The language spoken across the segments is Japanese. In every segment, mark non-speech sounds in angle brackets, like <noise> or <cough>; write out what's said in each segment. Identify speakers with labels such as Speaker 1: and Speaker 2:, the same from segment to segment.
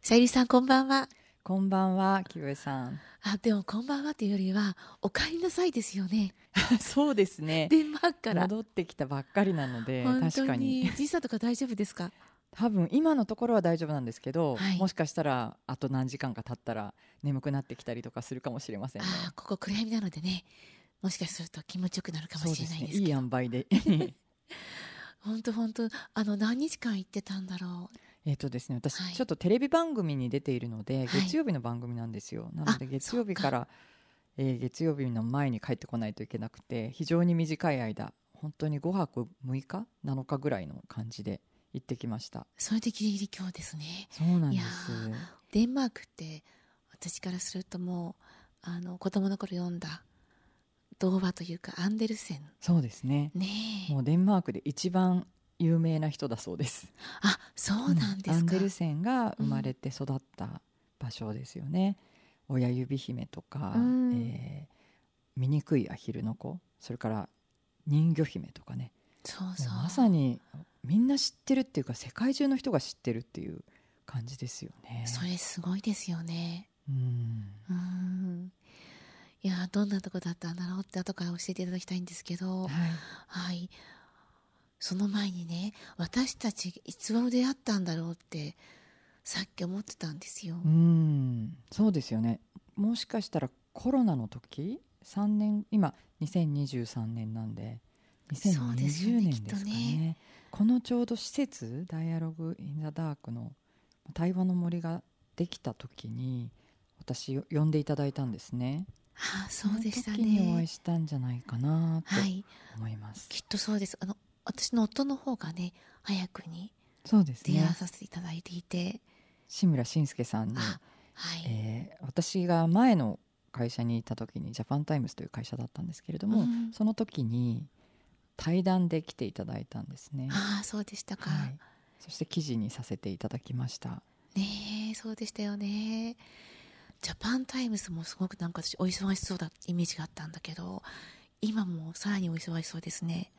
Speaker 1: さゆりさん、こんばんは。
Speaker 2: こんばんは、キブさん。
Speaker 1: あ、でも、こんばんはというよりは、お帰りなさいですよね。
Speaker 2: <laughs> そうですね。
Speaker 1: デンマークから。
Speaker 2: 戻ってきたばっかりなので、
Speaker 1: 本
Speaker 2: 確
Speaker 1: 当
Speaker 2: かに。
Speaker 1: に。時差とか大丈夫です
Speaker 2: <laughs>
Speaker 1: か。
Speaker 2: 多分今のところは大丈夫なんですけど、
Speaker 1: はい
Speaker 2: もしかしたらあと何時間か経ったら眠くなってきたりとかするかもしれませんね。
Speaker 1: あー、ここ暗闇なのでね。もしかすると気持ちよくなるかも
Speaker 2: そう
Speaker 1: し
Speaker 2: で
Speaker 1: れない
Speaker 2: すね。
Speaker 1: です
Speaker 2: い
Speaker 1: け
Speaker 2: い
Speaker 1: ど。
Speaker 2: 塩梅で。 <laughs>
Speaker 1: 本当本当、あの何日間行ってたんだろう。
Speaker 2: えっとですね、私、
Speaker 1: はい
Speaker 2: ちょっとテレビ番組に出ているので、
Speaker 1: はい
Speaker 2: 月曜日の番組なんですよ。なので
Speaker 1: あ
Speaker 2: 月曜日からえー月曜日の前に帰ってこないといけなくて、非常に短い間、本当に5泊6日、7日ぐらいの感じで行ってきました。
Speaker 1: それでギリギリ今日ですね。
Speaker 2: そうなん
Speaker 1: い
Speaker 2: で
Speaker 1: や
Speaker 2: す。
Speaker 1: ーデンマークって、私からするともう、あの子供の頃読んだ。童話というか、アンデルセン。
Speaker 2: そうですね。
Speaker 1: ねえ。
Speaker 2: もうデンマークで一番有名な人だそうです。
Speaker 1: あ、そうなんですか。
Speaker 2: アンデルセンが生まれて育った場所ですよね。親指姫とか、
Speaker 1: うん
Speaker 2: えー醜いアヒルの子、それから人魚姫とかね。
Speaker 1: そう
Speaker 2: も
Speaker 1: そうう。
Speaker 2: まさにみんな知ってるっていうか、世界中の人が知ってるっていう感じですよね。
Speaker 1: それすごいですよね。
Speaker 2: うん。
Speaker 1: うん。いやー、どんなとこだったんだろうって後から教えていただきたいんですけど、
Speaker 2: はい。
Speaker 1: はい。その前にね、私たちいつ頃出会ったんだろうって、さっき思ってたんですよ。
Speaker 2: うんそうですよねもしかしたらコロナの時3年今2023年なんで
Speaker 1: そうですよ
Speaker 2: 2020
Speaker 1: ね
Speaker 2: 年ですか
Speaker 1: きっと
Speaker 2: ね
Speaker 1: ね
Speaker 2: このちょうど施設「ダイアログ・イン・ザ・ダーク」の対話の森ができた時に私呼んでいただいたんですね
Speaker 1: ああ、そうでした
Speaker 2: その時にお会い
Speaker 1: ね。
Speaker 2: したんじゃないかなと
Speaker 1: はい。
Speaker 2: 思います、
Speaker 1: きっとそうです。あの、私の夫の方がね、早くに
Speaker 2: そうです
Speaker 1: 出会
Speaker 2: ね
Speaker 1: わさせていただいていて、
Speaker 2: 志村慎介さんに
Speaker 1: あ、はい。
Speaker 2: えー私が前の会社にいた時にジャパンタイムズという会社だったんですけれども、
Speaker 1: うん
Speaker 2: その時に対談で来ていただいたんですね、
Speaker 1: ああ、そうでしたか。
Speaker 2: はい、そして記事にさせていただき
Speaker 1: <laughs>
Speaker 2: ました
Speaker 1: ねえそうでしたよねジャパンタイムズもすごくなんか私お忙しそうだイメージがあったんだけど今もさらにお忙しそうですね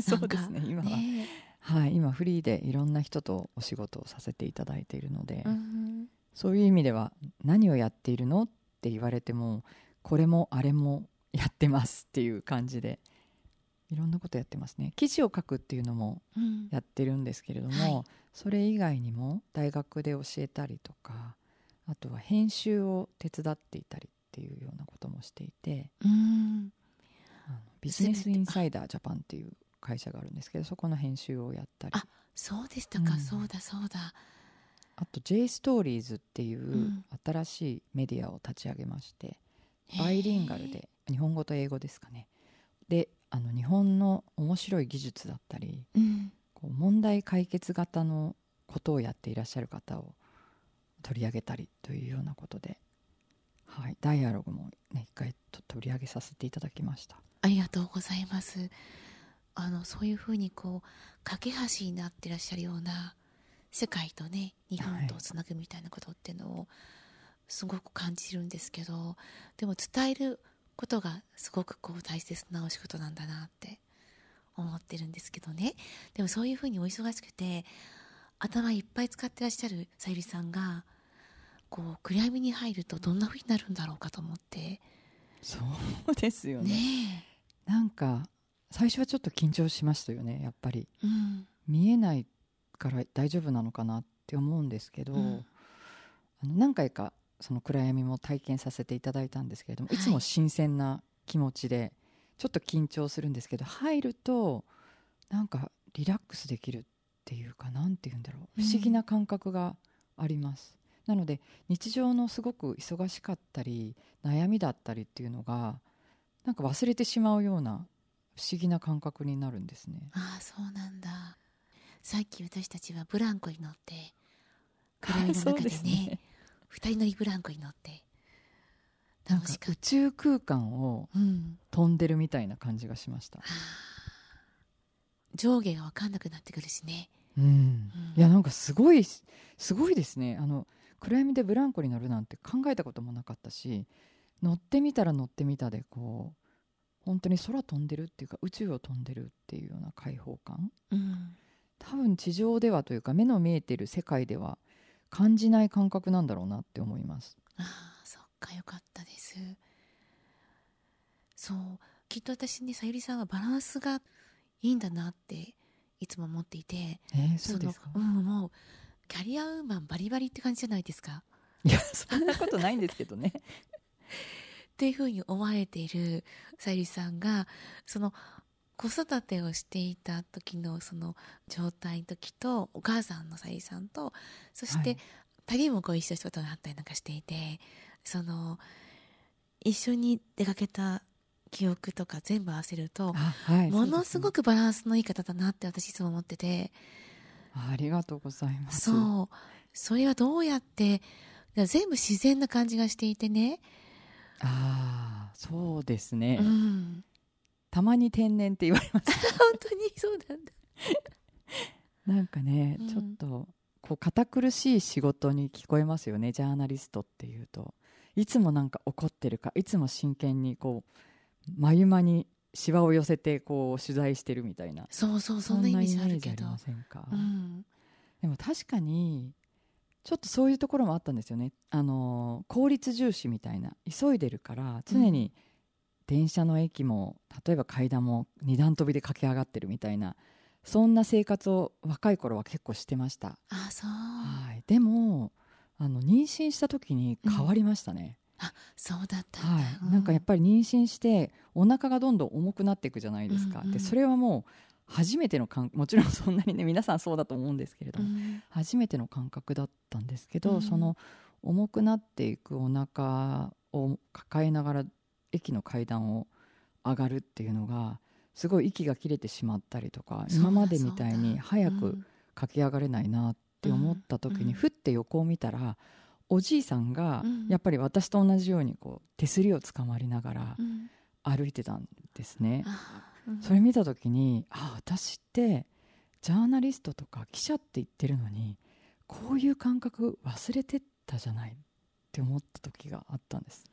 Speaker 2: そうですね
Speaker 1: な
Speaker 2: 今
Speaker 1: んか
Speaker 2: は、
Speaker 1: ね
Speaker 2: はい、今フリーでいろんな人とお仕事をさせていただいているので、
Speaker 1: うん
Speaker 2: そういう意味では何をやっているのって言われてもこれもあれもやってますっていう感じでいろんなことやってますね記事を書くっていうのも
Speaker 1: うん
Speaker 2: やってるんですけれども、
Speaker 1: はい
Speaker 2: それ以外にも大学で教えたりとかあとは編集を手伝っていたりっていうようなこともしていて
Speaker 1: うん
Speaker 2: あのビジネス
Speaker 1: 全て
Speaker 2: インサイダージャパンっていう会社があるんですけどそこの編集をやったり
Speaker 1: あ
Speaker 2: あ
Speaker 1: そうでしたか、
Speaker 2: うん
Speaker 1: そうだそうだ
Speaker 2: と J ストーリーズっていうん新しいメディアを立ち上げまして、
Speaker 1: へえ
Speaker 2: バイリンガルで日本語と英語ですかねであの日本の面白い技術だったり
Speaker 1: うん
Speaker 2: こう問題解決型のことをやっていらっしゃる方を取り上げたりというようなことで、はい、ダイアログも、ね、一回と取り上げさせていただきました。
Speaker 1: ありがとうございますあのそういうふうにこう架け橋になってらっしゃるような世界とね日本とをつなぐみたいなことっていうのをすごく感じるんですけどでも伝えることがすごくこう大切なお仕事なんだなって思ってるんですけどねでもそういうふうにお忙しくて頭いっぱい使ってらっしゃるさゆりさんがこう暗闇に入るとどんなふうになるんだろうかと思って
Speaker 2: そうですよ
Speaker 1: ね
Speaker 2: なんか最初はちょっと緊張しましたよねやっぱり
Speaker 1: え、うん、
Speaker 2: 見えないから大丈夫なのかなって思うんですけど、
Speaker 1: うん
Speaker 2: あの何回かその暗闇も体験させていただいたんですけれども、
Speaker 1: はい
Speaker 2: い、つも新鮮な気持ちでちょっと緊張するんですけど入るとなんかリラックスできるっていうかなんて言うんだろ
Speaker 1: う
Speaker 2: うん不思議な感覚があります。なので日常のすごく忙しかったり悩みだったりっていうのがなんか忘れてしまうような不思議な感覚になるんですね。
Speaker 1: ああそうなんださっき私たちはブランコに乗って暗闇の中
Speaker 2: そう
Speaker 1: ですね二人乗りブランコに乗って
Speaker 2: なん
Speaker 1: 楽
Speaker 2: か
Speaker 1: しかっ
Speaker 2: 宇宙空間を
Speaker 1: た、うん、
Speaker 2: 飛んでるみたいな感じがしました
Speaker 1: あ。ー上下が分かんなくなってくるしね
Speaker 2: うん
Speaker 1: うん
Speaker 2: いやなんかすごいすごいですね。あの暗闇でブランコに乗るなんて考えたこともなかったし、乗ってみたら乗ってみたでこう本当に空飛んでるっていうか宇宙を飛んでるっていうような開放感。
Speaker 1: うん
Speaker 2: 多分地上ではというか目の見えてる世界では感じない感覚なんだろうなって思います。
Speaker 1: ああそっかよかったですそうきっと私ねさゆりさんはバランスがいいんだなっていつも思っていて
Speaker 2: えー、そうですか
Speaker 1: のうんもうキャリアウーマンバリバリって感じじゃないですか
Speaker 2: いやそんなことないんですけどね。
Speaker 1: っていうふうに思われているさゆりさんがその子育てをしていた時のその状態の時とお母さんのさゆりさんとそして、
Speaker 2: はい
Speaker 1: 二人もご一緒したことがあったりなんかしていてその一緒に出かけた記憶とか全部合わせると
Speaker 2: あはい
Speaker 1: ものすごく
Speaker 2: く
Speaker 1: バランスのいい方だなって私いつも思ってて
Speaker 2: ありがとうございます。
Speaker 1: そうそれはどうやって全部自然な感じがしていてね、
Speaker 2: ああそうですね、
Speaker 1: うん、
Speaker 2: たまに天然って言われます
Speaker 1: 本当にそうなんだ
Speaker 2: <laughs> なんかね、
Speaker 1: うん
Speaker 2: ちょっとこう堅苦しい仕事に聞こえますよねジャーナリストっていうといつもなんか怒ってるかいつも真剣にこう眉間にしわを寄せてこう取材してるみたいな
Speaker 1: そうそうそんなイメージある
Speaker 2: そんなイメージ
Speaker 1: け
Speaker 2: あり
Speaker 1: ど
Speaker 2: ませんか、
Speaker 1: うん
Speaker 2: でも確かにちょっとそういうところもあったんですよね、あのー効率重視みたいな急いでるから常に電車の駅も例えば階段も二段飛びで駆け上がってるみたいなそんな生活を若い頃は結構してました、
Speaker 1: あそう
Speaker 2: はいでもあの妊娠した時に変わりましたね、
Speaker 1: そうだったんだ、
Speaker 2: はい、なんかやっぱり妊娠してお腹がどんどん重くなっていくじゃないですか、
Speaker 1: うんうん
Speaker 2: でそれはもう初めての感もちろんそんなにね皆さんそうだと思うんですけれど
Speaker 1: う
Speaker 2: も、
Speaker 1: ん
Speaker 2: 初めての感覚だったんですけど、
Speaker 1: うん
Speaker 2: その重くなっていくお腹を抱えながら駅の階段を上がるっていうのがすごい息が切れてしまったりとか
Speaker 1: そうだ
Speaker 2: 今までみたい
Speaker 1: そう
Speaker 2: に
Speaker 1: だ
Speaker 2: 早
Speaker 1: う
Speaker 2: く
Speaker 1: ん
Speaker 2: 駆け上がれないなって思った時
Speaker 1: うん
Speaker 2: にふって横を見たらおじいさんが
Speaker 1: うん
Speaker 2: やっぱり私と同じようにこう手すりをつかまりながら
Speaker 1: うん
Speaker 2: 歩いてたんですね。
Speaker 1: あうん
Speaker 2: それ見た時にあ私ってジャーナリストとか記者って言ってるのにこういう感覚忘れてたじゃないって思った時があったんです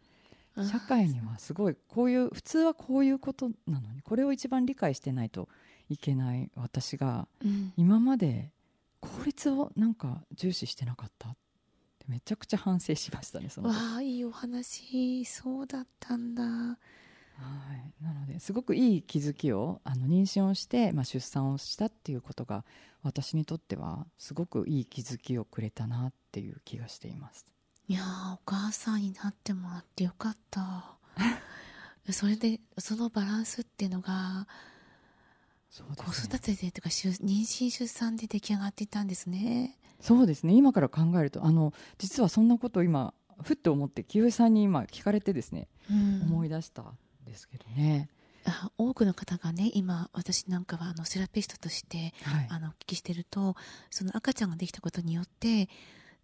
Speaker 1: うん
Speaker 2: 社会にはすごいこういう普通はこういうことなのにこれを一番理解してないといけない私が
Speaker 1: うん
Speaker 2: 今まで効率をなんか重視してなかったってめちゃくちゃ反省しましたねその時
Speaker 1: わあいいお話そうだったんだ
Speaker 2: はい、なのですごくいい気づきをあの妊娠をして、まあ、出産をしたっていうことが私にとってはすごくいい気づきをくれたなっていう気がしています。
Speaker 1: いやーお母さんになってもらってよかった
Speaker 2: <laughs>
Speaker 1: それでそのバランスっていうのが
Speaker 2: そう
Speaker 1: 子
Speaker 2: です
Speaker 1: 育
Speaker 2: ね
Speaker 1: てでというか出妊娠出産で出来上がっていたんですね
Speaker 2: そうですね今から考えるとあの実はそんなことを今ふっと思って清江さんに今聞かれてですね、
Speaker 1: うん
Speaker 2: 思い出したんですけどね。
Speaker 1: あ多くの方がね今私なんかはあのセラピストとして
Speaker 2: はい
Speaker 1: あのお聞きしてるとその赤ちゃんができたことによって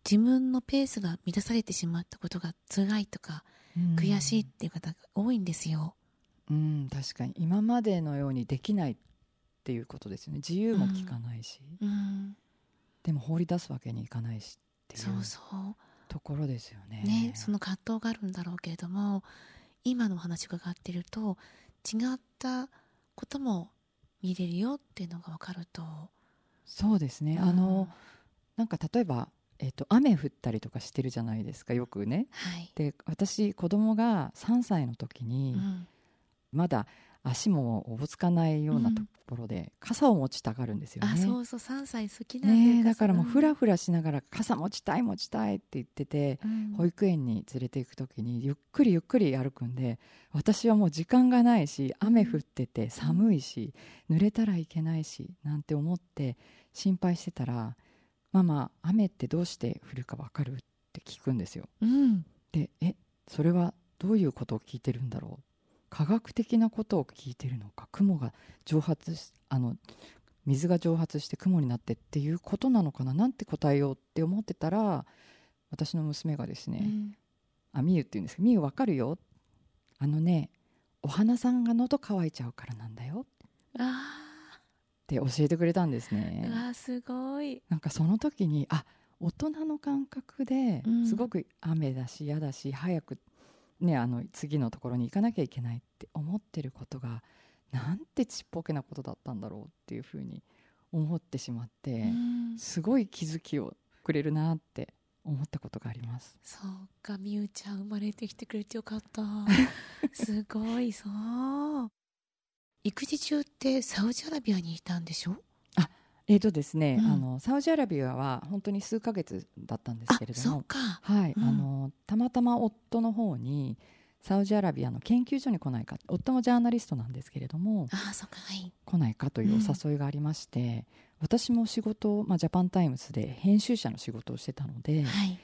Speaker 1: 自分のペースが乱されてしまったことが辛いとか
Speaker 2: うん
Speaker 1: 悔しいっていう方が多いんですよ。
Speaker 2: うん確かに今までのようにできないっていうことですよね自由も利かないし、
Speaker 1: うん、
Speaker 2: でも放り出すわけにいかないしっていう
Speaker 1: そうそ
Speaker 2: ところですよね
Speaker 1: う。ね、その葛藤があるんだろうけれども、今のお話伺ってると、違ったことも見れるよっていうのが分かると。
Speaker 2: そうですね、あ
Speaker 1: うん
Speaker 2: のなんか例えば、えっと雨降ったりとかしてるじゃないですかよくね
Speaker 1: はい。
Speaker 2: で私子供が3歳の時に、
Speaker 1: うん
Speaker 2: まだ足もおぼつかないような
Speaker 1: うん
Speaker 2: ところで、傘を持ちたがるんですよね
Speaker 1: あ、そうそう、三歳好きなん
Speaker 2: ねえだからもうふら
Speaker 1: ふ
Speaker 2: ふらしながら傘持ちたい持ちたいって言ってて、保育園に連れて行く時にゆっくりゆっくり歩くんで私はもう時間がないし雨降ってて寒いし濡れたらいけないしなんて思って心配してたら「ママ雨ってどうして降るかわかる?」って聞くんですよ。
Speaker 1: うん。
Speaker 2: で「えそれはどういうことを聞いてるんだろう科学的なことを聞いてるのか雲が蒸発しあの水が蒸発して雲になってっていうことなのかななんて答えようって思ってたら私の娘がですね、
Speaker 1: うん
Speaker 2: あみゆって言うんですけどみゆわかるよあのねお花さんが喉乾いちゃうからなんだよっ
Speaker 1: あ
Speaker 2: て教えてくれたんです
Speaker 1: ー、
Speaker 2: ね
Speaker 1: うわ、すごい。
Speaker 2: なんかその時にあ大人の感覚で
Speaker 1: うん
Speaker 2: すごく雨だし嫌だし早くねあの次のところに行かなきゃいけないって思ってることがなんてちっぽけなことだったんだろうっていうふうに思ってしまって、
Speaker 1: うん
Speaker 2: すごい気づきをくれるなって思ったことがあります。
Speaker 1: そうかみゆちゃん生まれてきてくれてよかった
Speaker 2: <laughs>
Speaker 1: すごいそう育児中ってサウジアラビアにいたんでしょ
Speaker 2: えーとですね、
Speaker 1: うん
Speaker 2: あのサウジアラビアは本当に数ヶ月だったんです
Speaker 1: あ
Speaker 2: けれど
Speaker 1: そ
Speaker 2: も
Speaker 1: う、か
Speaker 2: はい、
Speaker 1: うん
Speaker 2: あのたまたま夫の方にサウジアラビアの研究所に来ないか夫もジャーナリストなんですけれども
Speaker 1: あそっかはい
Speaker 2: 来ないかという
Speaker 1: うん
Speaker 2: お誘いがありまして、私も仕事を、まあ、ジャパンタイムズで編集者の仕事をしてたので、
Speaker 1: はい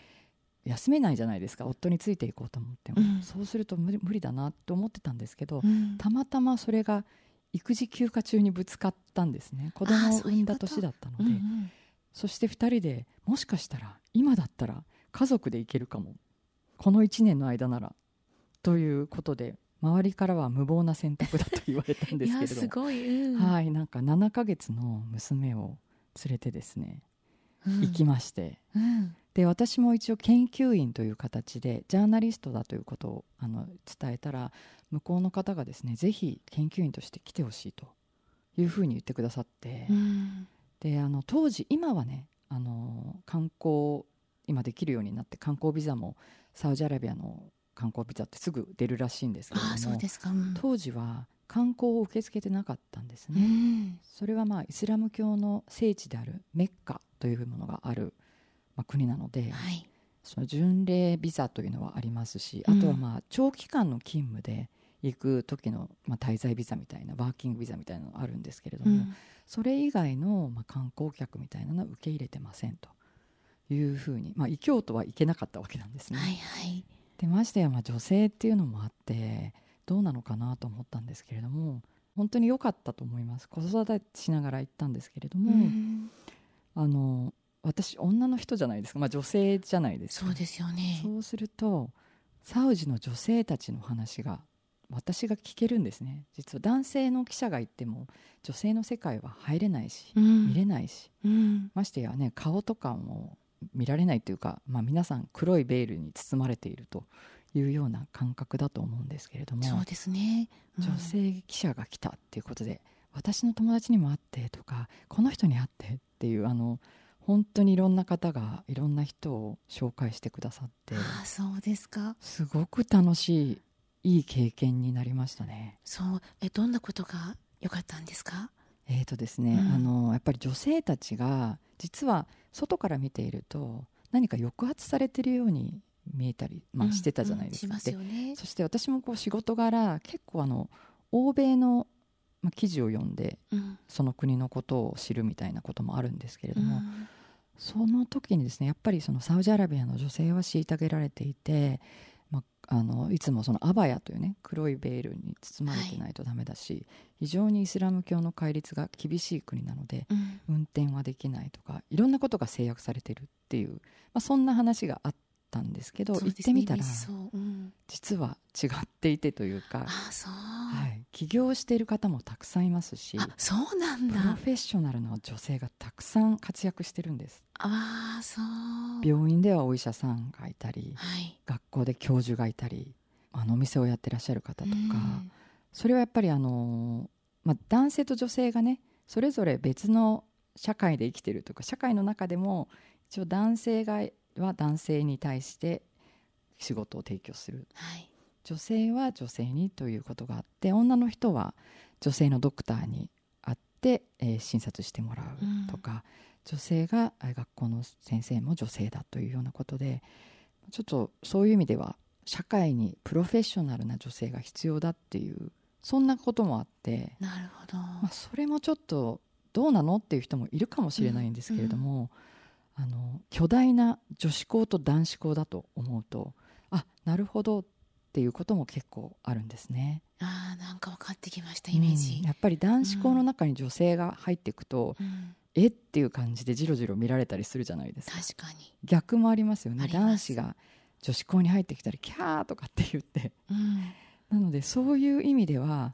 Speaker 2: 休めないじゃないですか夫についていこうと思っても、
Speaker 1: うん
Speaker 2: そうすると無理無理だなと思ってたんですけど、
Speaker 1: うん
Speaker 2: たまたまそれが育児休暇中にぶつかったんですね子供を産んだ年だったので
Speaker 1: う
Speaker 2: そ
Speaker 1: んうん
Speaker 2: して2人でもしかしたら今だったら家族で行けるかもこの1年の間ならということで周りからは無謀な選択だと言われたんで
Speaker 1: い
Speaker 2: すけ
Speaker 1: や
Speaker 2: れど
Speaker 1: す
Speaker 2: も
Speaker 1: ごい、うん
Speaker 2: はいなんか7ヶ月の娘を連れてですね
Speaker 1: うん
Speaker 2: 行きまして、
Speaker 1: うん
Speaker 2: で私も一応研究員という形でジャーナリストだということをあの伝えたら向こうの方がですねぜひ研究員として来てほしいというふうに言ってくださって、
Speaker 1: うん
Speaker 2: であの当時今はねあの観光今できるようになって観光ビザもサウジアラビアの観光ビザってすぐ出るらしいんですけれ
Speaker 1: ああ
Speaker 2: ど
Speaker 1: そう
Speaker 2: も
Speaker 1: ですかうん
Speaker 2: 当時は観光を受け付けてなかったんです
Speaker 1: う
Speaker 2: ね。
Speaker 1: ん
Speaker 2: それはまあイスラム教の聖地であるメッカというものがある、まあ、国なので、
Speaker 1: はい
Speaker 2: その巡礼ビザというのはありますしあ
Speaker 1: うん
Speaker 2: とはまあ長期間の勤務で行く時のまあ滞在ビザみたいなワーキングビザみたいなのがあるんですけれど
Speaker 1: う
Speaker 2: も、
Speaker 1: ん
Speaker 2: それ以外のまあ観光客みたいなのは受け入れてませんというふうに、まあ、異教徒は行けなかったわけなんですね。
Speaker 1: はいはい
Speaker 2: でましてやまあ女性っていうのもあってどうなのかなと思ったんですけれども本当に良かったと思います子育てしながら行ったんですけれども、
Speaker 1: うん
Speaker 2: あの私女の人じゃないですか、まあ、女性じゃないですか
Speaker 1: そうですよね
Speaker 2: そうするとサウジの女性たちの話が私が聞けるんですね実は男性の記者が行っても女性の世界は入れないし、
Speaker 1: うん
Speaker 2: 見れないし
Speaker 1: うん
Speaker 2: ましてやね顔とかも見られないというか、まあ、皆さん黒いベールに包まれているというような感覚だと思うんですけれども
Speaker 1: そうですねうん
Speaker 2: 女性記者が来たっていうことで私の友達にも会ってとかこの人に会ってっていうあの本当にいろんな方がいろんな人を紹介してくださって
Speaker 1: ああそうですか
Speaker 2: すごく楽しいいい経験になりましたね。
Speaker 1: そうえどんなことが良かったんですか
Speaker 2: えーとです
Speaker 1: う
Speaker 2: ね、
Speaker 1: ん
Speaker 2: あのやっぱり女性たちが実は外から見ていると何か抑圧されてるように見えたり、まあ、してたじゃないです
Speaker 1: う
Speaker 2: か。
Speaker 1: んうんしますよね
Speaker 2: でそして私もこう仕事柄結構あの欧米の、まあ、記事を読んで
Speaker 1: うん
Speaker 2: その国のことを知るみたいなこともあるんですけれ
Speaker 1: う
Speaker 2: ども、
Speaker 1: ん
Speaker 2: その時にですねやっぱりそのサウジアラビアの女性は虐げられていて、まあ、あのいつもそのアバヤというね黒いベールに包まれてないとダメだし、非常にイスラム教の戒律が厳しい国なので
Speaker 1: うん
Speaker 2: 運転はできないとかいろんなことが制約されてるっていう、まあ、そんな話があったんですけど
Speaker 1: そうで
Speaker 2: 行っ
Speaker 1: すね
Speaker 2: てみた
Speaker 1: イ
Speaker 2: ら
Speaker 1: メージそううん
Speaker 2: 実は違っていてというか、
Speaker 1: あそう
Speaker 2: はい、起業している方もたくさんいますし。
Speaker 1: あそうなん
Speaker 2: プ
Speaker 1: だ
Speaker 2: ロフェッショナルの女性がたくさん活躍してるんです
Speaker 1: ああそう
Speaker 2: 病院ではお医者さんがいたり
Speaker 1: はい
Speaker 2: 学校で教授がいたりあのお店をやってらっしゃる方とか、
Speaker 1: うん
Speaker 2: それはやっぱりあの、まあ、男性と女性がねそれぞれ別の社会で生きてるとか社会の中でも一応男性がは男性に対して仕事を提供する
Speaker 1: はい
Speaker 2: 女性は女性にということがあって女の人は女性のドクターに会って、えー診察してもらうとか、女性がえー学校の先生も女性だというようなことでちょっとそういう意味では社会にプロフェッショナルな女性が必要だっていうそんなこともあって、
Speaker 1: なるほど
Speaker 2: まあ、それもちょっとどうなのっていう人もいるかもしれないんですけれども、あの巨大な女子校と男子校だと思うとあなるほどっていうことも結構あるんですね。
Speaker 1: あーなんか分かってきましたイメー
Speaker 2: う
Speaker 1: ジ
Speaker 2: んやっぱり男子校の中に女性が入っていくと、
Speaker 1: うん
Speaker 2: えっていう感じでじろじろ見られたりするじゃないですか
Speaker 1: 確かに
Speaker 2: 逆もありますよね
Speaker 1: あります
Speaker 2: 男子が女子校に入ってきたらキャーとかって言って
Speaker 1: うん
Speaker 2: なのでそういう意味では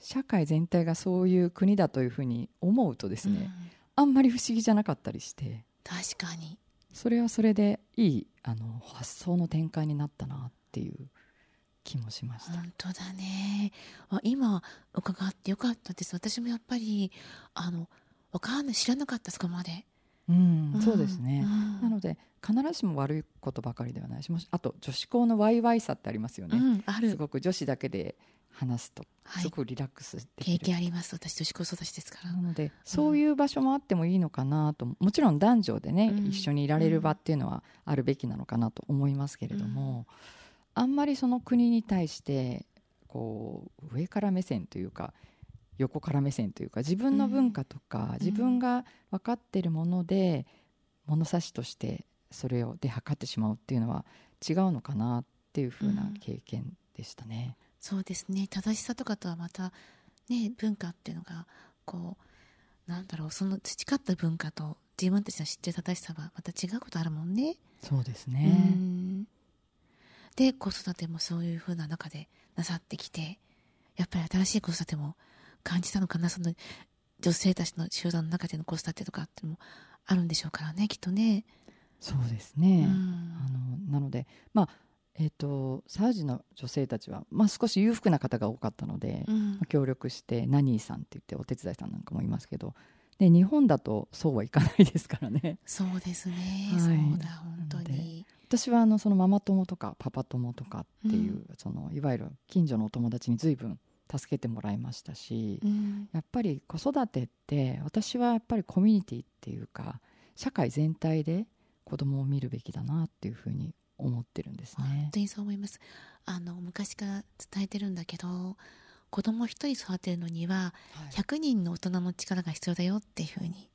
Speaker 2: 社会全体がそういう国だというふうに思うとですね、
Speaker 1: うん
Speaker 2: あんまり不思議じゃなかったりして
Speaker 1: 確かに
Speaker 2: それはそれでいいあの発想の転換になったなっていう気もしました、
Speaker 1: 本当だねあ今伺ってよかったです私もやっぱりあのわかんない知らなかったそこまで
Speaker 2: うん
Speaker 1: ん
Speaker 2: そうですね、
Speaker 1: うん
Speaker 2: なので必ずしも悪いことばかりではないしもしあと女子校のワイワイさってありますよ
Speaker 1: う
Speaker 2: ね、
Speaker 1: ん、あ
Speaker 2: す
Speaker 1: る、
Speaker 2: ごく女子だけで話すと
Speaker 1: は
Speaker 2: す
Speaker 1: い、
Speaker 2: ごくリラックスでき
Speaker 1: 経
Speaker 2: る、
Speaker 1: 験あります私女子高育ちですから
Speaker 2: なのでそういう場所もあってもいいのかなともちろん男女でね、
Speaker 1: うん
Speaker 2: 一緒にいられる場っていうのはあるべきなのかなと思いますけれども、あんまりその国に対してこう上から目線というか横から目線というか自分の文化とか、自分が分かっているもので物差しとしてそれをで測ってしまうっていうのは違うのかなっていうふうな経験でしたね。
Speaker 1: そうですね正しさとかとはまたね文化っていうのがこうなんだろうその培った文化と自分たちの知ってる正しさはまた違うことあるもんね。
Speaker 2: そうです
Speaker 1: うんで子育てもそういうふうな中でなさってきてやっぱり新しい子育ても感じたのかなその女性たちの集団の中での子育てとかっていうのもあるんでしょうからねきっとね。
Speaker 2: そうですね、
Speaker 1: うん
Speaker 2: あのなので、まあえー、とサウジの女性たちは、まあ、少し裕福な方が多かったので、
Speaker 1: うん
Speaker 2: まあ協力してナニーさんって言ってお手伝いさんなんかもいますけどで日本だとそうはいかないですからね <laughs>
Speaker 1: そうですね、
Speaker 2: はい
Speaker 1: そうだ本当に。
Speaker 2: 私はあのそのママ友とかパパ友とかっていう、
Speaker 1: う
Speaker 2: そのいわゆる近所のお友達に随分助けてもらいましたし、
Speaker 1: うん
Speaker 2: やっぱり子育てって私はやっぱりコミュニティっていうか社会全体で子供を見るべきだなっていうふうに思ってるんです
Speaker 1: 本
Speaker 2: ね。
Speaker 1: 当にそう思いますあの昔から伝えてるんだけど子供一人育てるのには
Speaker 2: はい
Speaker 1: 100人の大人の力が必要だよっていうふうに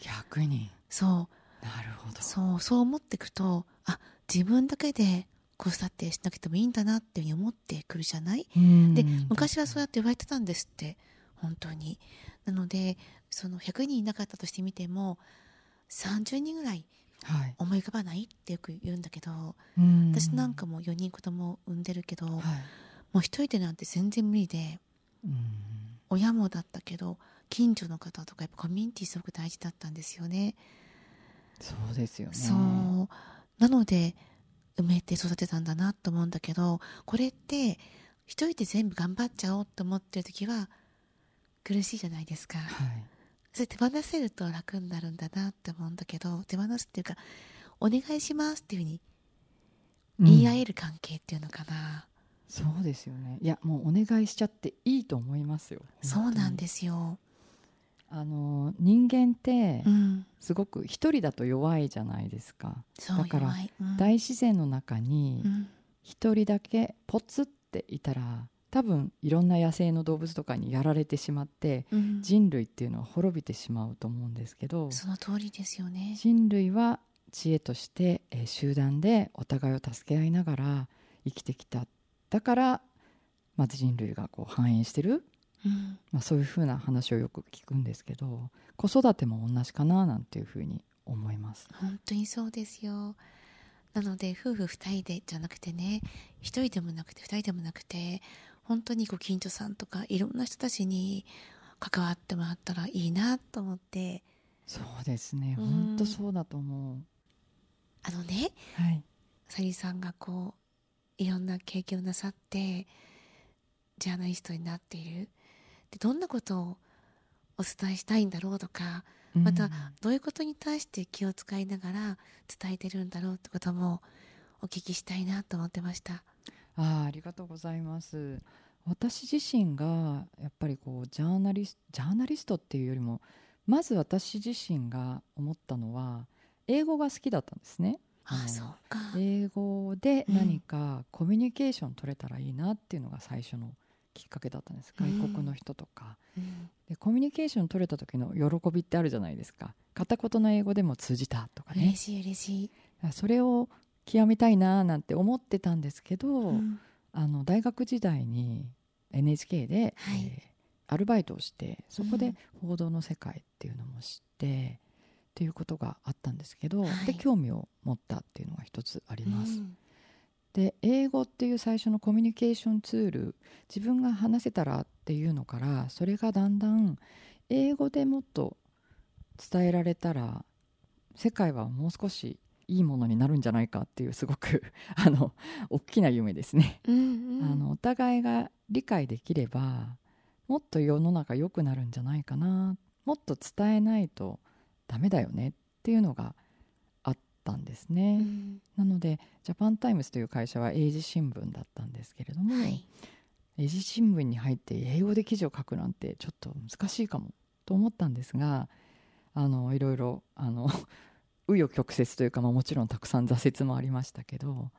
Speaker 2: 100人
Speaker 1: そう
Speaker 2: なるほど
Speaker 1: そうそう思っていくとあ自分だけで子育てしなくてもいいんだなっていうふうに思ってくるじゃない
Speaker 2: うん
Speaker 1: で昔はそうやって言われてたんですって本当になのでその100人いなかったとしてみても30人ぐらい
Speaker 2: はい、
Speaker 1: 思い浮かばないってよく言うんだけど私なんかも4人子供を産んでるけど、
Speaker 2: もはい
Speaker 1: もう一人でなんて全然無理で
Speaker 2: うん
Speaker 1: 親もだったけど近所の方とかやっぱコミュニティすごく大事だったんですよね。
Speaker 2: そうですよね
Speaker 1: そうなので埋めて育てたんだなと思うんだけどこれって一人で全部頑張っちゃおうと思ってる時は苦しいじゃないですか。
Speaker 2: はい
Speaker 1: それ手放せると楽になるんだなって思うんだけど手放すっていうか「お願いします」っていうふうに言い合
Speaker 2: うん
Speaker 1: える関係っていうのかな。
Speaker 2: そうですよねいやもうお願いしちゃっていいと思いますよ
Speaker 1: そうなん
Speaker 2: す
Speaker 1: ですよ。
Speaker 2: あの人間って
Speaker 1: うん、
Speaker 2: すごく一人だと弱いじゃないですか、
Speaker 1: そう
Speaker 2: だから
Speaker 1: 弱いうん
Speaker 2: 大自然の中に
Speaker 1: うん
Speaker 2: 一人だけポツっていたら多分いろんな野生の動物とかにやられてしまって
Speaker 1: うん
Speaker 2: 人類っていうのは滅びてしまうと思うんですけど
Speaker 1: その通りですよね。
Speaker 2: 人類は知恵として、えー集団でお互いを助け合いながら生きてきただから、まず人類がこう繁栄してる、
Speaker 1: うん、
Speaker 2: まあ、そういうふうな話をよく聞くんですけど子育ても同じかななんていうふうに思います。
Speaker 1: 本当にそうですよ。なので夫婦二人でじゃなくてね、一人でもなくて二人でもなくて、本当にご近所さんとかいろんな人たちに関わってもらったらいいなと思って、
Speaker 2: そうですね
Speaker 1: うん
Speaker 2: 本当そうだと思う、
Speaker 1: あのね、
Speaker 2: はい
Speaker 1: さゆりさんがこういろんな経験をなさってジャーナリストになっている。でどんなことをお伝えしたいんだろうとか、
Speaker 2: うん
Speaker 1: またどういうことに対して気を使いながら伝えてるんだろうってこともお聞きしたいなと思ってました。
Speaker 2: あーありがとうございます私自身がやっぱりこうジャーナリストジャーナリストっていうよりもまず私自身が思ったのは英語が好きだったんですね
Speaker 1: あ
Speaker 2: う
Speaker 1: あ
Speaker 2: ん
Speaker 1: そうか。
Speaker 2: 英語で
Speaker 1: うん
Speaker 2: 何かコミュニケーション取れたらいいなっていうのが最初のきっかけだったんです
Speaker 1: う
Speaker 2: 外
Speaker 1: ん
Speaker 2: 国の人とか、
Speaker 1: うん
Speaker 2: でコミュニケーション取れた時の喜びってあるじゃないですか片言の英語でも通じたとかね
Speaker 1: 嬉しい嬉しい。
Speaker 2: それを極めたいなーなんて思ってたんですけど、
Speaker 1: うん
Speaker 2: あの大学時代に NHK で、
Speaker 1: はい
Speaker 2: えーアルバイトをしてそこ
Speaker 1: う
Speaker 2: で
Speaker 1: ん
Speaker 2: 報道の世界っていうのも知って、っていうことがあったんですけど、
Speaker 1: はい
Speaker 2: で興味を持ったっていうのが一つあります。
Speaker 1: うん
Speaker 2: で英語っていう最初のコミュニケーションツール自分が話せたらっていうのからそれがだんだん英語でもっと伝えられたら世界はもう少しいいものになるんじゃないかっていうすごく <laughs> あの大きな夢ですね。
Speaker 1: うんうん
Speaker 2: あのお互いが理解できればもっと世の中良くなるんじゃないかなもっと伝えないとダメだよねっっていうのがあったんです
Speaker 1: う
Speaker 2: ね、
Speaker 1: ん
Speaker 2: なのでジャパンタイムズという会社は英字新聞だったんですけれども、
Speaker 1: はい
Speaker 2: 英字新聞に入って英語で記事を書くなんてちょっと難しいかもと思ったんですがあのいろいろあの <laughs> 紆余曲折というか、まあ、もちろんたくさん挫折もありましたけど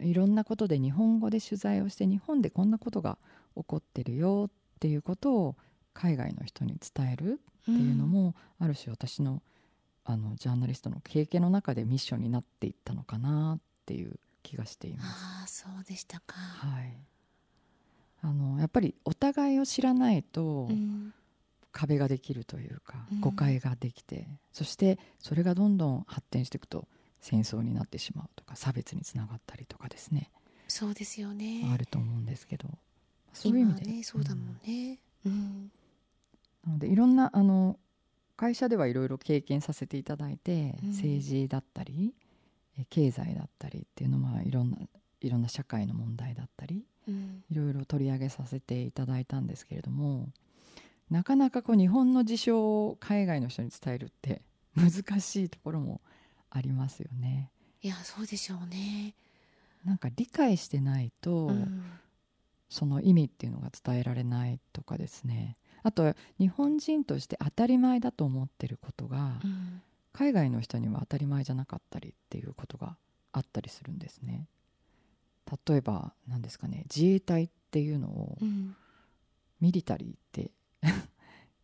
Speaker 2: いろんなことで日本語で取材をして日本でこんなことが起こってるよっていうことを海外の人に伝える
Speaker 1: う
Speaker 2: っていうの
Speaker 1: ん
Speaker 2: も、ある種私のあのジャーナリストの経験の中でミッションになっていったのかなっていう気がしています。
Speaker 1: ああそうでしたか、
Speaker 2: はい、あのやっぱりお互いを知らないと
Speaker 1: うん
Speaker 2: 壁ができるというか、
Speaker 1: うん
Speaker 2: 誤解ができてそしてそれがどんどん発展していくと戦争になってしまうとか差別につながったりとかですね、
Speaker 1: そうですよね
Speaker 2: あると思うんですけどそういう意
Speaker 1: 今は
Speaker 2: 味で、
Speaker 1: ねそうだもんねうん
Speaker 2: なのでいろんなあの会社ではいろいろ経験させていただいて、
Speaker 1: うん
Speaker 2: 政治だったりえ経済だったりっていうのはいろんないろんな社会の問題だったり
Speaker 1: うん
Speaker 2: いろいろ取り上げさせていただいたんですけれどもなかなかこう日本の事象を海外の人に伝えるって <laughs> 難しいところもありますよね。
Speaker 1: いやそうでしょうね
Speaker 2: なんか理解してないと、
Speaker 1: うん
Speaker 2: その意味っていうのが伝えられないとかですねあと日本人として当たり前だと思ってることが
Speaker 1: うん
Speaker 2: 海外の人には当たり前じゃなかったりっていうことがあったりするんですね例えば何ですかね自衛隊っていうのを
Speaker 1: うん
Speaker 2: ミリタリーって <laughs>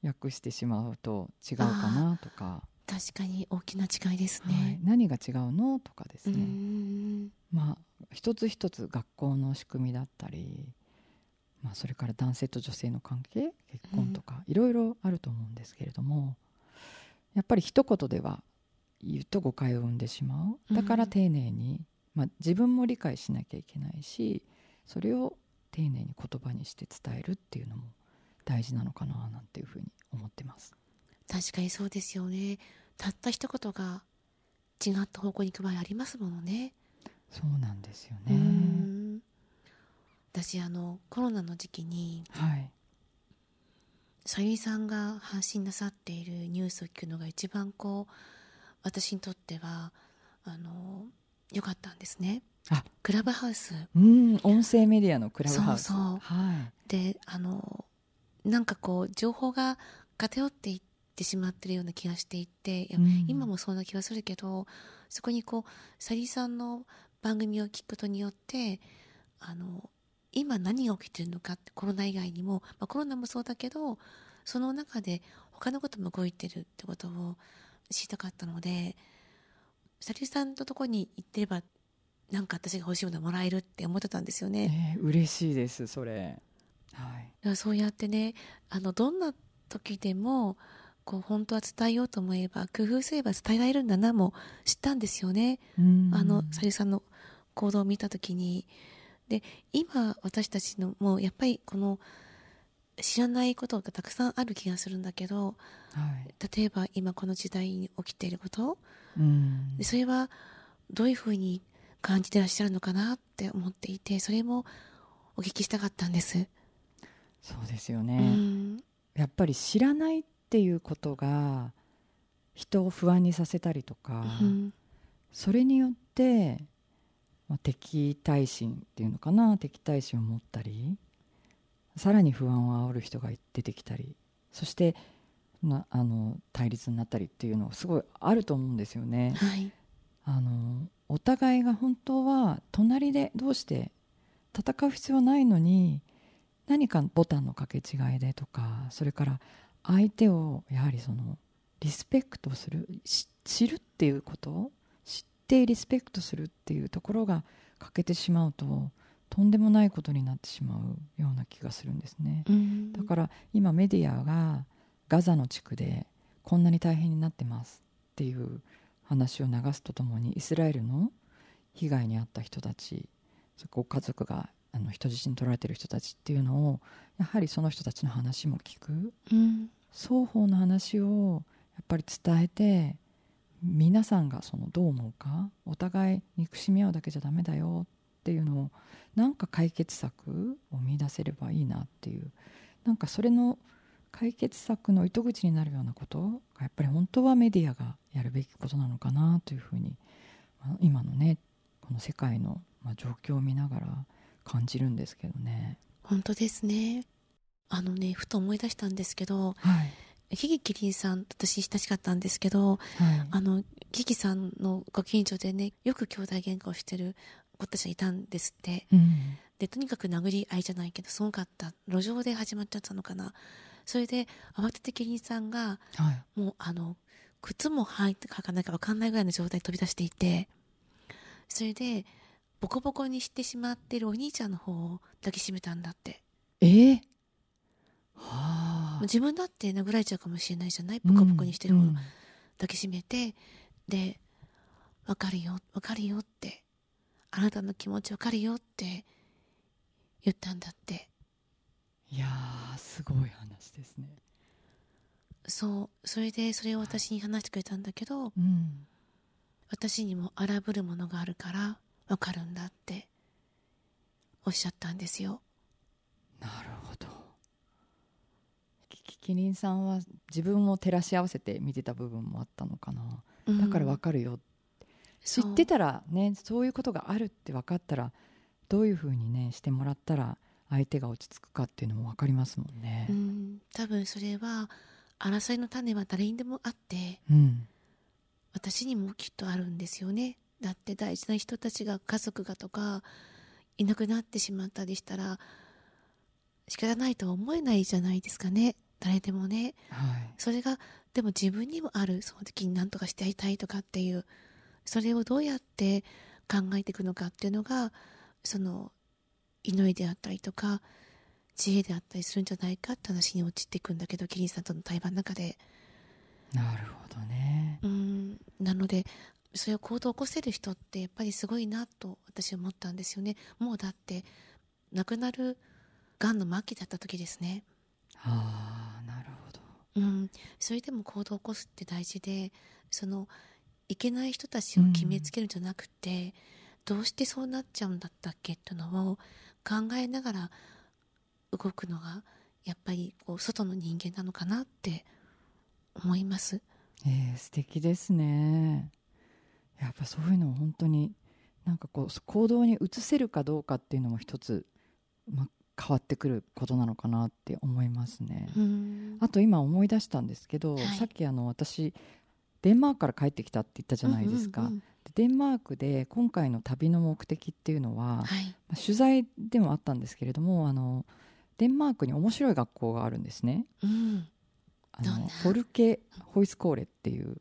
Speaker 2: 訳してしまうと違うかなとか、
Speaker 1: 確かに大きな違いです
Speaker 2: はい
Speaker 1: ね、
Speaker 2: 何が違うのとかです
Speaker 1: う
Speaker 2: ね、
Speaker 1: ん
Speaker 2: まあ一つ一つ学校の仕組みだったり、まあ、それから男性と女性の関係結婚とか、いろいろあると思うんですけれどもやっぱり一言では言うと誤解を生んでしまうだか
Speaker 1: う
Speaker 2: ら
Speaker 1: ん
Speaker 2: 丁寧に、まあ、自分も理解しなきゃいけないしそれを丁寧に言葉にして伝えるっていうのも大事なのかななんていうふうに思ってます。
Speaker 1: 確かにそうですよねたった一言が違った方向に行く場合ありますものね
Speaker 2: そうなんですよ
Speaker 1: う
Speaker 2: ね、
Speaker 1: ん私あのコロナの時期に
Speaker 2: はい
Speaker 1: さゆりさんが発信なさっているニュースを聞くのが一番こう私にとってはあの良かったんですね
Speaker 2: あ
Speaker 1: クラブハウス
Speaker 2: うん音声メディアのクラブハウス
Speaker 1: そうそう
Speaker 2: はい
Speaker 1: であのなんかこう情報が偏っていってしまってるような気がしていて、いや
Speaker 2: うん
Speaker 1: 今もそんな気がするけどそこにこうサリーさんの番組を聞くことによってあの今何が起きてるのかってコロナ以外にも、まあ、コロナもそうだけどその中で他のことも動いてるってことを知りたかったのでサリーさんのとこに行ってればなんか私が欲しいものもらえるって思ってたんですよね。
Speaker 2: ね、嬉しいですそれ、はい、
Speaker 1: だからそうやってねあのどんな時でもこう本当は伝えようと思えば工夫すれば伝えられるんだなも知ったんですよね、あのさゆりさんの行動を見た時にで今私たちのもうやっぱりこの知らないことがたくさんある気がするんだけど
Speaker 2: はい
Speaker 1: 例えば今この時代に起きていること
Speaker 2: うん
Speaker 1: でそれはどういうふうに感じてらっしゃるのかなって思っていてそれもお聞きしたかったんです。
Speaker 2: そうですよ
Speaker 1: う
Speaker 2: ね、
Speaker 1: ん
Speaker 2: やっぱり知らないっていうことが人を不安にさせたりとか、
Speaker 1: うん
Speaker 2: それによって、まあ、敵対心っていうのかな敵対心を持ったりさらに不安を煽る人が出てきたりそしてなあの対立になったりっていうのがすごいあると思うんですよね。
Speaker 1: はい
Speaker 2: あのお互いが本当は隣でどうして戦う必要ないのに何かボタンの掛け違いでとかそれから相手をやはりそのリスペクトするし知るっていうこと知ってリスペクトするっていうところが欠けてしまうととんでもないことになってしまうような気がするんですね。だ
Speaker 1: だ
Speaker 2: から今メディアがガザの地区でこんなに大変になってますっていう話を流すとともにイスラエルの被害に遭った人たちそこ家族があの人質に取られてる人たちっていうのをやはりその人たちの話も聞く
Speaker 1: うん
Speaker 2: 双方の話をやっぱり伝えて皆さんがそのどう思うかお互い憎しみ合うだけじゃダメだよっていうのをなんか解決策を見出せればいいなっていうなんかそれの解決策の糸口になるようなことがやっぱり本当はメディアがやるべきことなのかなというふうに、まあ、今のねこの世界の、まあ、状況を見ながら感じるんですけどね。
Speaker 1: 本当ですねあのねふと思い出したんですけど
Speaker 2: はい、
Speaker 1: キキキリンさんと私親しかったんですけど
Speaker 2: はい、
Speaker 1: あのキキさんのご近所でねよく兄弟喧嘩をしてる子たちがいたんですって
Speaker 2: うん、
Speaker 1: でとにかく殴り合いじゃないけどすごかった路上で始まっちゃったのかなそれで慌ててキリンさんが
Speaker 2: はい、
Speaker 1: もうあの靴も履いて履かないか分かんないぐらいの状態で飛び出していてそれでボコボコにしてしまってるお兄ちゃんの方を抱きしめたんだって
Speaker 2: えー、
Speaker 1: も
Speaker 2: はあ
Speaker 1: う、自分だって殴られちゃうかもしれないじゃないボコボコにしてる
Speaker 2: う
Speaker 1: 方
Speaker 2: ん
Speaker 1: を抱きしめて、で「分かるよ分かるよ」って「あなたの気持ち分かるよ」って言ったんだって
Speaker 2: いやーすごい話ですね。
Speaker 1: そうそれでそれを私に話してくれたんだけど
Speaker 2: うん、
Speaker 1: 私にも荒ぶるものがあるから分かるんだっておっしゃったんですよ
Speaker 2: なるほど。キキキリンさんは自分を照らし合わせて見てた部分もあったのかな。だからわ
Speaker 1: 分
Speaker 2: かるよ。知ってたらねそういうことがあるって分かったらどういうふうにねしてもらったら相手が落ち着くかっていうのも分かりますもんね
Speaker 1: う。ん多分それは争いの種は誰にでもあって
Speaker 2: うん、
Speaker 1: 私にもきっとあるんですよねだって大事な人たちが家族がとかいなくなってしまったりしたら仕方ないとは思えないじゃないですかね誰でもね
Speaker 2: はい、
Speaker 1: それがでも自分にもあるその時に何とかしてやりたいとかっていうそれをどうやって考えていくのかっていうのがその祈りであったりとか知恵であったりするんじゃないかって話に落ちていくんだけどキリンさんとの対話の中で
Speaker 2: なるほどね。
Speaker 1: うんなのでそれを行動を起こせる人ってやっぱりすごいなと私は思ったんですよねもうだって亡くなるがんの末期だった時ですね
Speaker 2: あーなるほど。
Speaker 1: うん、それでも行動を起こすって大事でそのいけない人たちを決めつけるんじゃなくて、どうしてそうなっちゃうんだったっけっていうのを考えながら動くのがやっぱりこう外の人間なのかなって思います。
Speaker 2: えー、素敵ですね。やっぱそういうのを本当になんかこう行動に移せるかどうかっていうのも一つ、まあ、変わってくることなのかなって思いますね。
Speaker 1: うん
Speaker 2: あと今思い出したんですけど、
Speaker 1: はい
Speaker 2: さっきあの私デンマークから帰ってきたって言ったじゃないですか、
Speaker 1: うんうん
Speaker 2: でデンマークで今回の旅の目的っていうの
Speaker 1: うんはい、
Speaker 2: は、まあ取材でもあったんですけれどもあのデンマークに面白い学校があるんですね
Speaker 1: うん、
Speaker 2: あ
Speaker 1: どん
Speaker 2: の
Speaker 1: な
Speaker 2: フォルケ・ホイスコーレっていう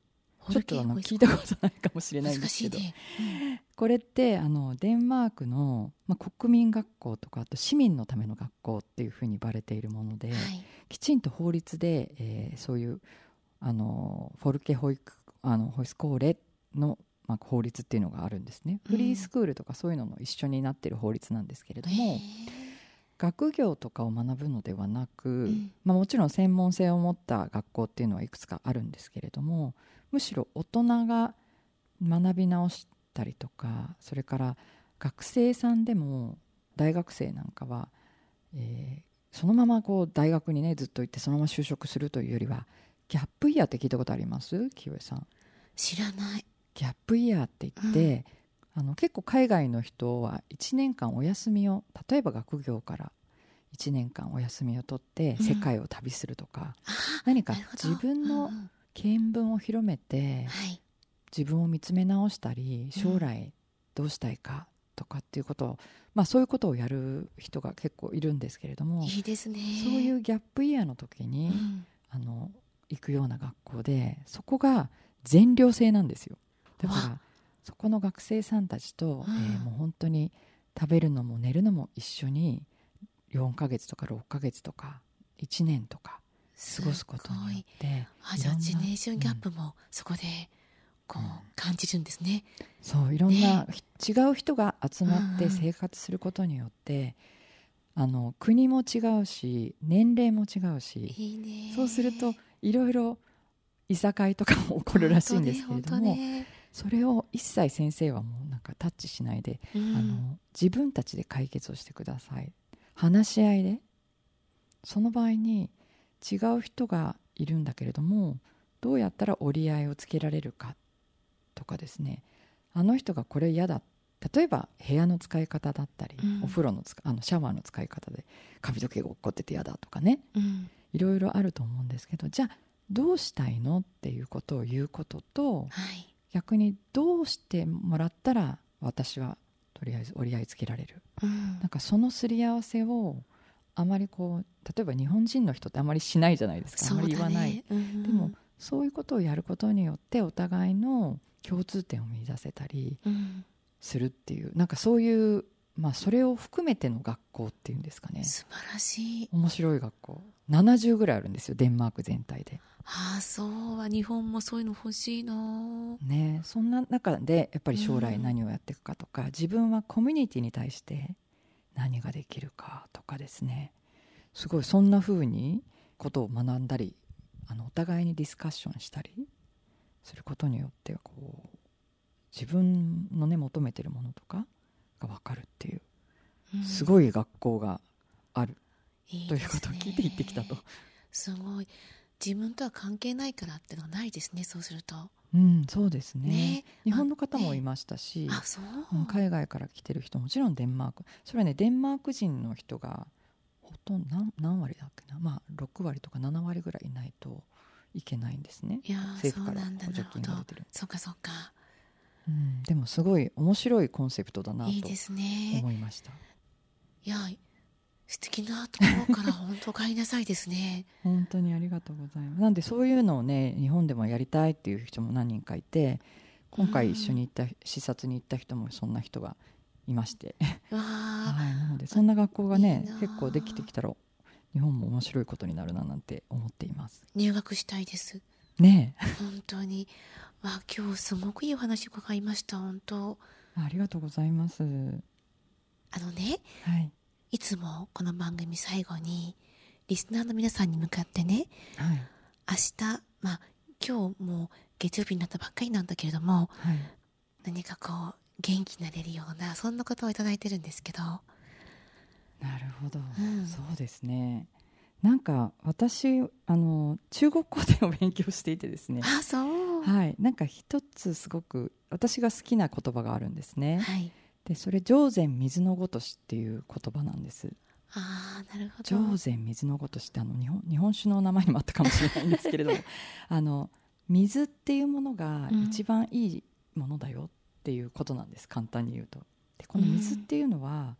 Speaker 2: ちょっとあの
Speaker 1: ホルケン
Speaker 2: 聞いたことないかもしれないんで
Speaker 1: 難
Speaker 2: す
Speaker 1: し
Speaker 2: け
Speaker 1: い
Speaker 2: ど、
Speaker 1: ね。
Speaker 2: これってあのデンマークの、まあ、国民学校とかあと市民のための学校っていうふうに言われているもので、
Speaker 1: うんはい、
Speaker 2: きちんと法律で、えーそういうあのフォルケホイクあのホイスコーレの、まあ、法律っていうのがあるんですね、
Speaker 1: うん
Speaker 2: フリースクールとかそういうのの一緒になってる法律なんですけれども、
Speaker 1: へ
Speaker 2: 学業とかを学ぶのではなく、
Speaker 1: ん
Speaker 2: まあ、もちろん専門性を持った学校っていうのはいくつかあるんですけれどもむしろ大人が学び直したりとかそれから学生さんでも大学生なんかは、えーそのままこう大学にねずっと行ってそのまま就職するというよりはギャップイヤーって聞いたことあります清江さん。
Speaker 1: ー知らない。
Speaker 2: ギャップイヤーって言って、あの結構海外の人は1年間お休みを例えば学業から1年間お休みを取って
Speaker 1: うん
Speaker 2: 世界を旅するとか、
Speaker 1: あー
Speaker 2: 何か
Speaker 1: なるほど
Speaker 2: 自分
Speaker 1: う
Speaker 2: の
Speaker 1: んうん
Speaker 2: 見聞を広めて
Speaker 1: はい
Speaker 2: 自分を見つめ直したり将来どうしたいかとかっていうことを、まあ、そういうことをやる人が結構いるんですけれども、
Speaker 1: いいですね。
Speaker 2: そういうギャップイヤーの時
Speaker 1: う
Speaker 2: に、
Speaker 1: ん
Speaker 2: あの行くような学校でそこが全寮制なんですよだか
Speaker 1: う
Speaker 2: らそこの学生さんたちと、
Speaker 1: うん
Speaker 2: えーもう本当に食べるのも寝るのも一緒に4ヶ月とか6ヶ月とか1年とか過ごすことによって
Speaker 1: あじゃあ
Speaker 2: いろんな
Speaker 1: ジェネレーションギャップもそこでこう
Speaker 2: うん
Speaker 1: 感じるんですね。
Speaker 2: そういろんな
Speaker 1: ね、
Speaker 2: ひ違う人が集まっ
Speaker 1: うん
Speaker 2: て
Speaker 1: うん
Speaker 2: 生活することによって、あの国も違うし年齢も違うし
Speaker 1: いいね。
Speaker 2: そうするといろいろいさかいとかも起こるらしいんですけれども、
Speaker 1: 本
Speaker 2: それを一切先生はもうなんかタッチしないで、
Speaker 1: 当ね本当ねうん
Speaker 2: あの自分たちで解決をしてください話し合いでその場合に違う人がいるんだけれどもどうやったら折り合いをつけられるかとかですねあの人がこれ嫌だ例えば部屋の使い方だったり、
Speaker 1: うん
Speaker 2: お風呂のつかあのシャワーの使い方で髪の毛が落っこってて嫌だとかね
Speaker 1: うん
Speaker 2: いろいろあると思うんですけどじゃあどうしたいのっていうことを言うことと
Speaker 1: はい
Speaker 2: 逆にどうしてもらったら私はとりあえず折り合いつけられる
Speaker 1: うん
Speaker 2: なんかそのすり合わせをあまりこう例えば日本人の人ってあまりしないじゃないですか、あ
Speaker 1: そう
Speaker 2: ま
Speaker 1: だ
Speaker 2: り
Speaker 1: ね
Speaker 2: 言わない、
Speaker 1: うん
Speaker 2: でもそういうことをやることによってお互いの共通点を見出せたり
Speaker 1: うん
Speaker 2: するっていうなんかそういう、まあ、それを含めての学校っていうんですかね
Speaker 1: 素晴らしい
Speaker 2: 面白い学校70ぐらいあるんですよデンマーク全体で。
Speaker 1: ああそうは日本もそういうの欲しいな
Speaker 2: ねそんな中でやっぱり将来何をやっていくかとか、自分はコミュニティに対して何ができるかとかですねすごいそんな風にことを学んだりあのお互いにディスカッションしたりすることによってこう自分のね求めてるものとかが分かるっていう
Speaker 1: うん
Speaker 2: すごい学校がある
Speaker 1: いい
Speaker 2: と
Speaker 1: で
Speaker 2: いうこ
Speaker 1: す
Speaker 2: とを
Speaker 1: ね
Speaker 2: 聞いて行ってきたと。
Speaker 1: すごい自分とは関係ないからってのはないですねそうすると
Speaker 2: うん、そうですね
Speaker 1: ね
Speaker 2: 日本の方もいましたし、
Speaker 1: あそう
Speaker 2: うん海外から来てる人もちろんデンマークそれはねデンマーク人の人がほとんど何何割だっけな、まあ、6割とか7割ぐらいいないといけないんですね
Speaker 1: いやー
Speaker 2: 政府から
Speaker 1: そうなんだ
Speaker 2: 補助金が出てる
Speaker 1: そうかそうか
Speaker 2: うんでもすごい面白いコンセプトだなと
Speaker 1: いいですね
Speaker 2: 思いました
Speaker 1: いや素敵なところ
Speaker 2: <laughs>
Speaker 1: から本当買いなさいですね
Speaker 2: 本当にありがとうございますなんでそういうのをね日本でもやりたいっていう人も何人かいて今回一緒に行った、視察に行った人もそんな人がいまして
Speaker 1: うわあ
Speaker 2: はい、なのでそんな学校がね
Speaker 1: いいなあ
Speaker 2: 結構できてきたら日本も面白いことになるななんて思っています。
Speaker 1: 入学したいです
Speaker 2: ねえ
Speaker 1: 本当にわあ今日すごくいいお話伺いました本当
Speaker 2: <laughs> ありがとうございます。は
Speaker 1: あのね
Speaker 2: い、
Speaker 1: いつもこの番組最後にリスナーの皆さんに向かってね
Speaker 2: はい、
Speaker 1: 明日まあ今日もう月曜日になったばっかりなんだけれども
Speaker 2: はい、
Speaker 1: 何かこう元気になれるようなそんなことをいただいてるんですけど
Speaker 2: なるほど、
Speaker 1: うん
Speaker 2: そうですね。なんか私あの中国古典を勉強していてですね。
Speaker 1: あそうは
Speaker 2: はい、なんか一つすごく私が好きな言葉があるんです
Speaker 1: い、
Speaker 2: ね。で、それ上善水のごとしっていう言葉なんです。
Speaker 1: ああなるほど
Speaker 2: 上善水のごとしってあの日本日本酒の名前にもあったかもしれないんですけれ
Speaker 1: <laughs>
Speaker 2: どもあの水っていうものが
Speaker 1: うん
Speaker 2: 一番いいものだよっていうことなんです、簡単に言うと。でこの水っていうのは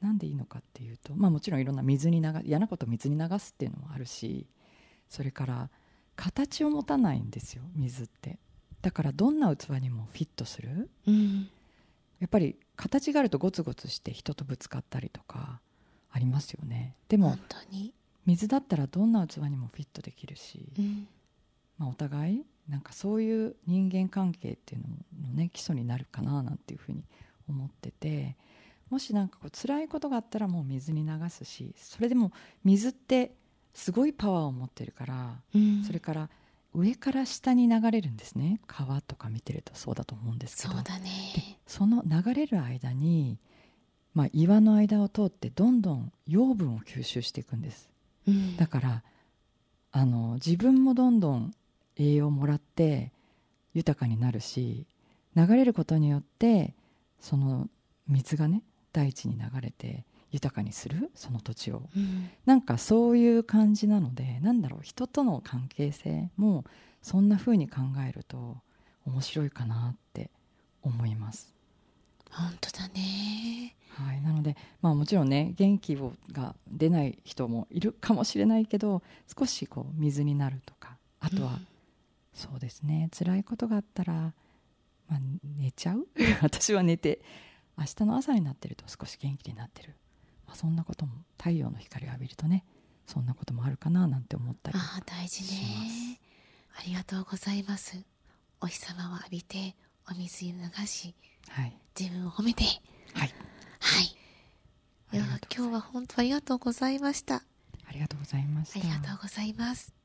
Speaker 2: なんでいいのかっていうと、まあ、もちろんいろんな水に流嫌なことを水に流すっていうのもあるしそれから形を持たないんですよ水って。だからどんな器にもフィットする
Speaker 1: うん
Speaker 2: やっぱり形があるとゴツゴツして人とぶつかったりとかありますよね。でも
Speaker 1: 本当に、
Speaker 2: 水だったらどんな器にもフィットできるし、
Speaker 1: うん、
Speaker 2: まあ、お互いなんかそういう人間関係っていうののね基礎になるかななんていうふうに思っててもしなんかこう辛いことがあったらもう水に流すしそれでも水ってすごいパワーを持ってるから
Speaker 1: うん、
Speaker 2: それから上から下に流れるんですね川とか見てるとそうだと思うんですけ
Speaker 1: そ
Speaker 2: ど
Speaker 1: うだね
Speaker 2: その流れる間に、まあ、岩の間を通ってどんどん養分を吸収していくんです。
Speaker 1: うん
Speaker 2: だからあの自分もどんどん栄養をもらって豊かになるし流れることによってその水がね大地に流れて豊かにするその土地を
Speaker 1: うん
Speaker 2: なんかそういう感じなのでなんだろう人との関係性もそんな風に考えると面白いかなって思います。
Speaker 1: 本当だね
Speaker 2: はい、なので、まあ、もちろんね元気をが出ない人もいるかもしれないけど少しこう水になるとかあとは、
Speaker 1: うん
Speaker 2: そうですね辛いことがあったら、まあ、寝ちゃう <laughs> 私は寝て明日の朝になってると少し元気になってる、まあ、そんなことも太陽の光を浴びるとねそんなこともあるかななんて思ったり
Speaker 1: ああ大事
Speaker 2: し
Speaker 1: ねありがとうございますお日様を浴びてお水に流し
Speaker 2: はい、
Speaker 1: 自分を褒めて
Speaker 2: はい、
Speaker 1: はいいや
Speaker 2: ありがとうご
Speaker 1: 今
Speaker 2: ざいます
Speaker 1: 日は本当ありがとうございました
Speaker 2: ありがとうございまし
Speaker 1: あ
Speaker 2: た
Speaker 1: りがとうございます